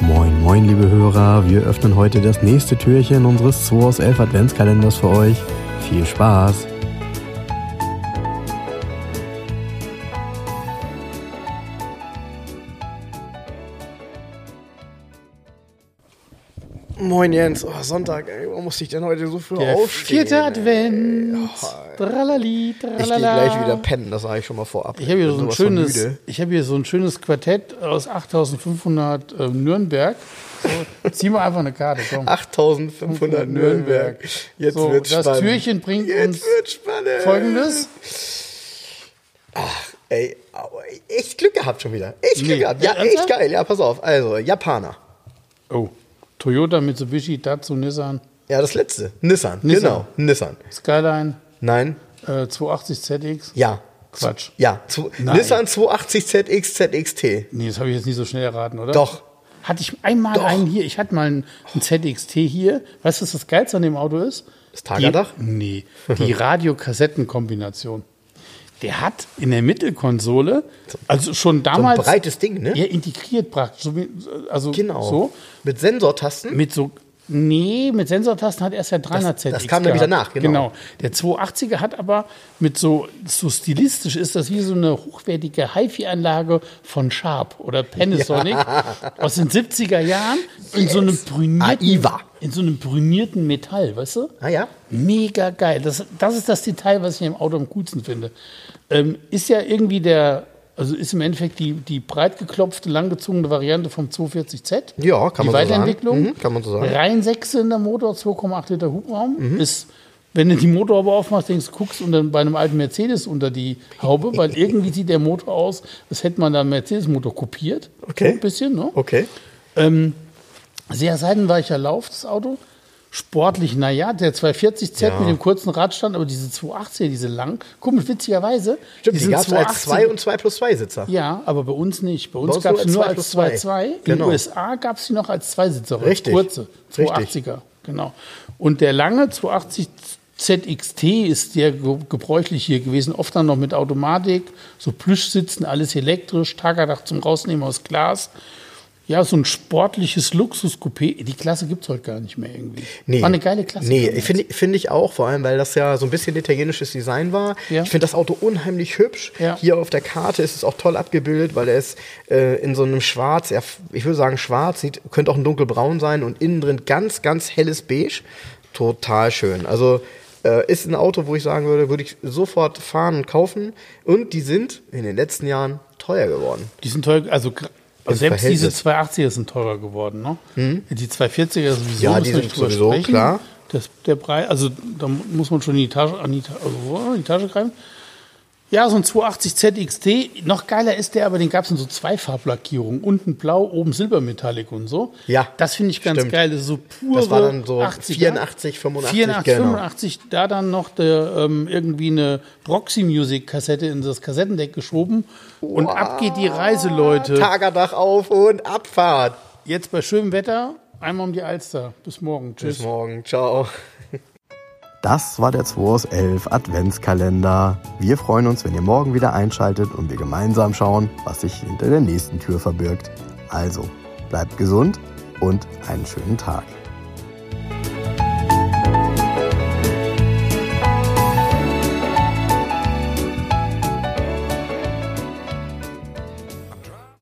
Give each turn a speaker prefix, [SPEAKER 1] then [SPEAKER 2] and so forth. [SPEAKER 1] Moin, moin, liebe Hörer. Wir öffnen heute das nächste Türchen unseres 2 aus 11 Adventskalenders für euch. Viel Spaß!
[SPEAKER 2] Moin Jens, oh, Sonntag, ey, warum musste ich denn heute so früh
[SPEAKER 3] Der
[SPEAKER 2] aufstehen?
[SPEAKER 3] vierte
[SPEAKER 2] ey?
[SPEAKER 3] Advent. Tralali,
[SPEAKER 2] Ich gehe
[SPEAKER 3] tralala.
[SPEAKER 2] gleich wieder pennen, das sage ich schon mal vorab.
[SPEAKER 3] Ich habe hier,
[SPEAKER 2] bin
[SPEAKER 3] so ein
[SPEAKER 2] sowas von
[SPEAKER 3] schönes,
[SPEAKER 2] müde.
[SPEAKER 3] ich hab hier so ein schönes Quartett aus 8500 äh, Nürnberg. So, zieh mal einfach eine Karte, komm.
[SPEAKER 2] 8500 Nürnberg. Jetzt
[SPEAKER 3] so,
[SPEAKER 2] wird's
[SPEAKER 3] Das
[SPEAKER 2] spannend.
[SPEAKER 3] Türchen bringt
[SPEAKER 2] Jetzt
[SPEAKER 3] uns
[SPEAKER 2] wird's spannend.
[SPEAKER 3] folgendes.
[SPEAKER 2] Ey, aber echt Glück gehabt schon wieder. Echt Glück
[SPEAKER 3] Nee,
[SPEAKER 2] gehabt. Ja, echt
[SPEAKER 3] ernsthaft?
[SPEAKER 2] geil. Ja, pass auf. Also, Japaner.
[SPEAKER 3] Oh, Toyota, Mitsubishi, Datsun, Nissan,
[SPEAKER 2] Ja, das letzte. Nissan.
[SPEAKER 3] Nissan.
[SPEAKER 2] Genau. Nissan.
[SPEAKER 3] Skyline,
[SPEAKER 2] Nein.
[SPEAKER 3] äh, 280 ZX.
[SPEAKER 2] Ja.
[SPEAKER 3] Quatsch.
[SPEAKER 2] Ja. Zu,
[SPEAKER 3] Nein.
[SPEAKER 2] Nissan 280 ZX ZXT.
[SPEAKER 3] Nee, das habe ich jetzt nicht so schnell erraten, oder?
[SPEAKER 2] Doch.
[SPEAKER 3] Hatte ich einmal
[SPEAKER 2] Doch.
[SPEAKER 3] einen hier, ich hatte mal einen, einen ZXT hier. Weißt du, was das Geilste an dem Auto ist?
[SPEAKER 2] Das Tagerdach?
[SPEAKER 3] Die, nee, die Radiokassettenkombination. Der hat in der Mittelkonsole, also schon damals.
[SPEAKER 2] breites Ding, ne?
[SPEAKER 3] Ja, integriert praktisch. So wie, also
[SPEAKER 2] Genau.
[SPEAKER 3] so.
[SPEAKER 2] Mit Sensortasten.
[SPEAKER 3] Mit so. Nee, mit Sensortasten hat erst der 300 ZX.
[SPEAKER 2] das kam nämlich danach, genau.
[SPEAKER 3] genau. Der 280er hat aber mit so, so stilistisch ist das wie so eine hochwertige HiFi-Anlage von Sharp oder Panasonic aus den 70er Jahren in so einem brünierten,
[SPEAKER 2] Aiwa.
[SPEAKER 3] in so einem brünierten Metall, weißt du?
[SPEAKER 2] Ah ja.
[SPEAKER 3] Mega geil. Das, das ist das Detail, was ich im Auto am coolsten finde. Ähm, ist ja irgendwie der, also ist im Endeffekt die, die breit geklopfte, langgezogene Variante vom 240Z.
[SPEAKER 2] Ja, kann man so sagen.
[SPEAKER 3] die Weiterentwicklung.
[SPEAKER 2] Mhm, kann man so sagen. Mhm.
[SPEAKER 3] Rein Sechszylinder Motor, 2,8 Liter Hubraum. Ist, wenn du die Motorhaube aufmachst, denkst du, guckst und dann bei einem alten Mercedes unter die Haube, weil irgendwie sieht der Motor aus, als hätte man da einen Mercedes-Motor kopiert.
[SPEAKER 2] Okay.
[SPEAKER 3] So Ein bisschen, ne?
[SPEAKER 2] Okay.
[SPEAKER 3] Ähm, sehr seidenweicher Lauf, das Auto. Sportlich, naja, der 240Z
[SPEAKER 2] Ja.
[SPEAKER 3] mit dem kurzen Radstand, aber diese 280er, diese lang. Komisch, witzigerweise.
[SPEAKER 2] Stimmt, die
[SPEAKER 3] sind
[SPEAKER 2] gab es als 2
[SPEAKER 3] 280er
[SPEAKER 2] und 2 plus 2 Sitzer.
[SPEAKER 3] Ja, aber bei uns nicht. Bei
[SPEAKER 2] Bei
[SPEAKER 3] uns
[SPEAKER 2] uns
[SPEAKER 3] gab es
[SPEAKER 2] nur
[SPEAKER 3] nur
[SPEAKER 2] als 2x2.
[SPEAKER 3] als 2x2. In den
[SPEAKER 2] Genau.
[SPEAKER 3] USA gab es die noch als Zweisitzer.
[SPEAKER 2] Richtig.
[SPEAKER 3] Kurze,
[SPEAKER 2] Richtig.
[SPEAKER 3] 280er. Genau. Und der lange 280 ZXT ist der ge- gebräuchlich hier gewesen. Oft dann noch mit Automatik, so Plüschsitzen, alles elektrisch, Tagerdach zum Rausnehmen aus Glas. Ja, so ein sportliches Luxus-Coupé. Die Klasse gibt es heute gar nicht mehr irgendwie. War eine geile Klasse.
[SPEAKER 2] Nee,
[SPEAKER 3] damals.
[SPEAKER 2] finde find ich auch, vor allem, weil das ja so ein bisschen italienisches Design war.
[SPEAKER 3] Ja.
[SPEAKER 2] Ich finde das Auto unheimlich hübsch.
[SPEAKER 3] Ja.
[SPEAKER 2] Hier auf der Karte ist es auch toll abgebildet, weil er ist äh, in so einem Schwarz, er, ich würde sagen Schwarz, sieht, könnte auch ein dunkelbraun sein und innen drin ganz, ganz helles Beige. Total schön. Also äh, ist ein Auto, wo ich sagen würde, würde ich sofort fahren und kaufen. Und die sind in den letzten Jahren teuer geworden.
[SPEAKER 3] Die sind teuer, also gra-
[SPEAKER 2] Im
[SPEAKER 3] selbst diese
[SPEAKER 2] Verhältnis. Hm?
[SPEAKER 3] 280er sind teurer geworden, ne? Die 240er sowieso.
[SPEAKER 2] Ja, die
[SPEAKER 3] müssen wir
[SPEAKER 2] sind
[SPEAKER 3] nicht drüber
[SPEAKER 2] sowieso, klar.
[SPEAKER 3] Das, der Preis, also da mu- muss man schon in die Tasche, an die, Ta- also, in die Tasche greifen. Ja, so ein 280 ZXT. Noch geiler ist der, aber den gab es in so zwei Farblackierungen. Unten blau, oben Silbermetallic und so.
[SPEAKER 2] Ja,
[SPEAKER 3] Das finde ich ganz
[SPEAKER 2] stimmt.
[SPEAKER 3] geil. Das, ist so pure
[SPEAKER 2] Das war dann so
[SPEAKER 3] 80er.
[SPEAKER 2] 84, 85,
[SPEAKER 3] 84,
[SPEAKER 2] genau.
[SPEAKER 3] 85, da dann noch der, ähm, irgendwie eine Proxy-Music-Kassette in das Kassettendeck geschoben. Und ab geht die Reise, Leute.
[SPEAKER 2] Tagerdach auf und Abfahrt.
[SPEAKER 3] Jetzt bei schönem Wetter einmal um die Alster. Bis morgen. Tschüss.
[SPEAKER 2] Bis morgen. Ciao.
[SPEAKER 1] Das war der 2 aus 11 Adventskalender. Wir freuen uns, wenn ihr morgen wieder einschaltet und wir gemeinsam schauen, was sich hinter der nächsten Tür verbirgt. Also, bleibt gesund und einen schönen Tag.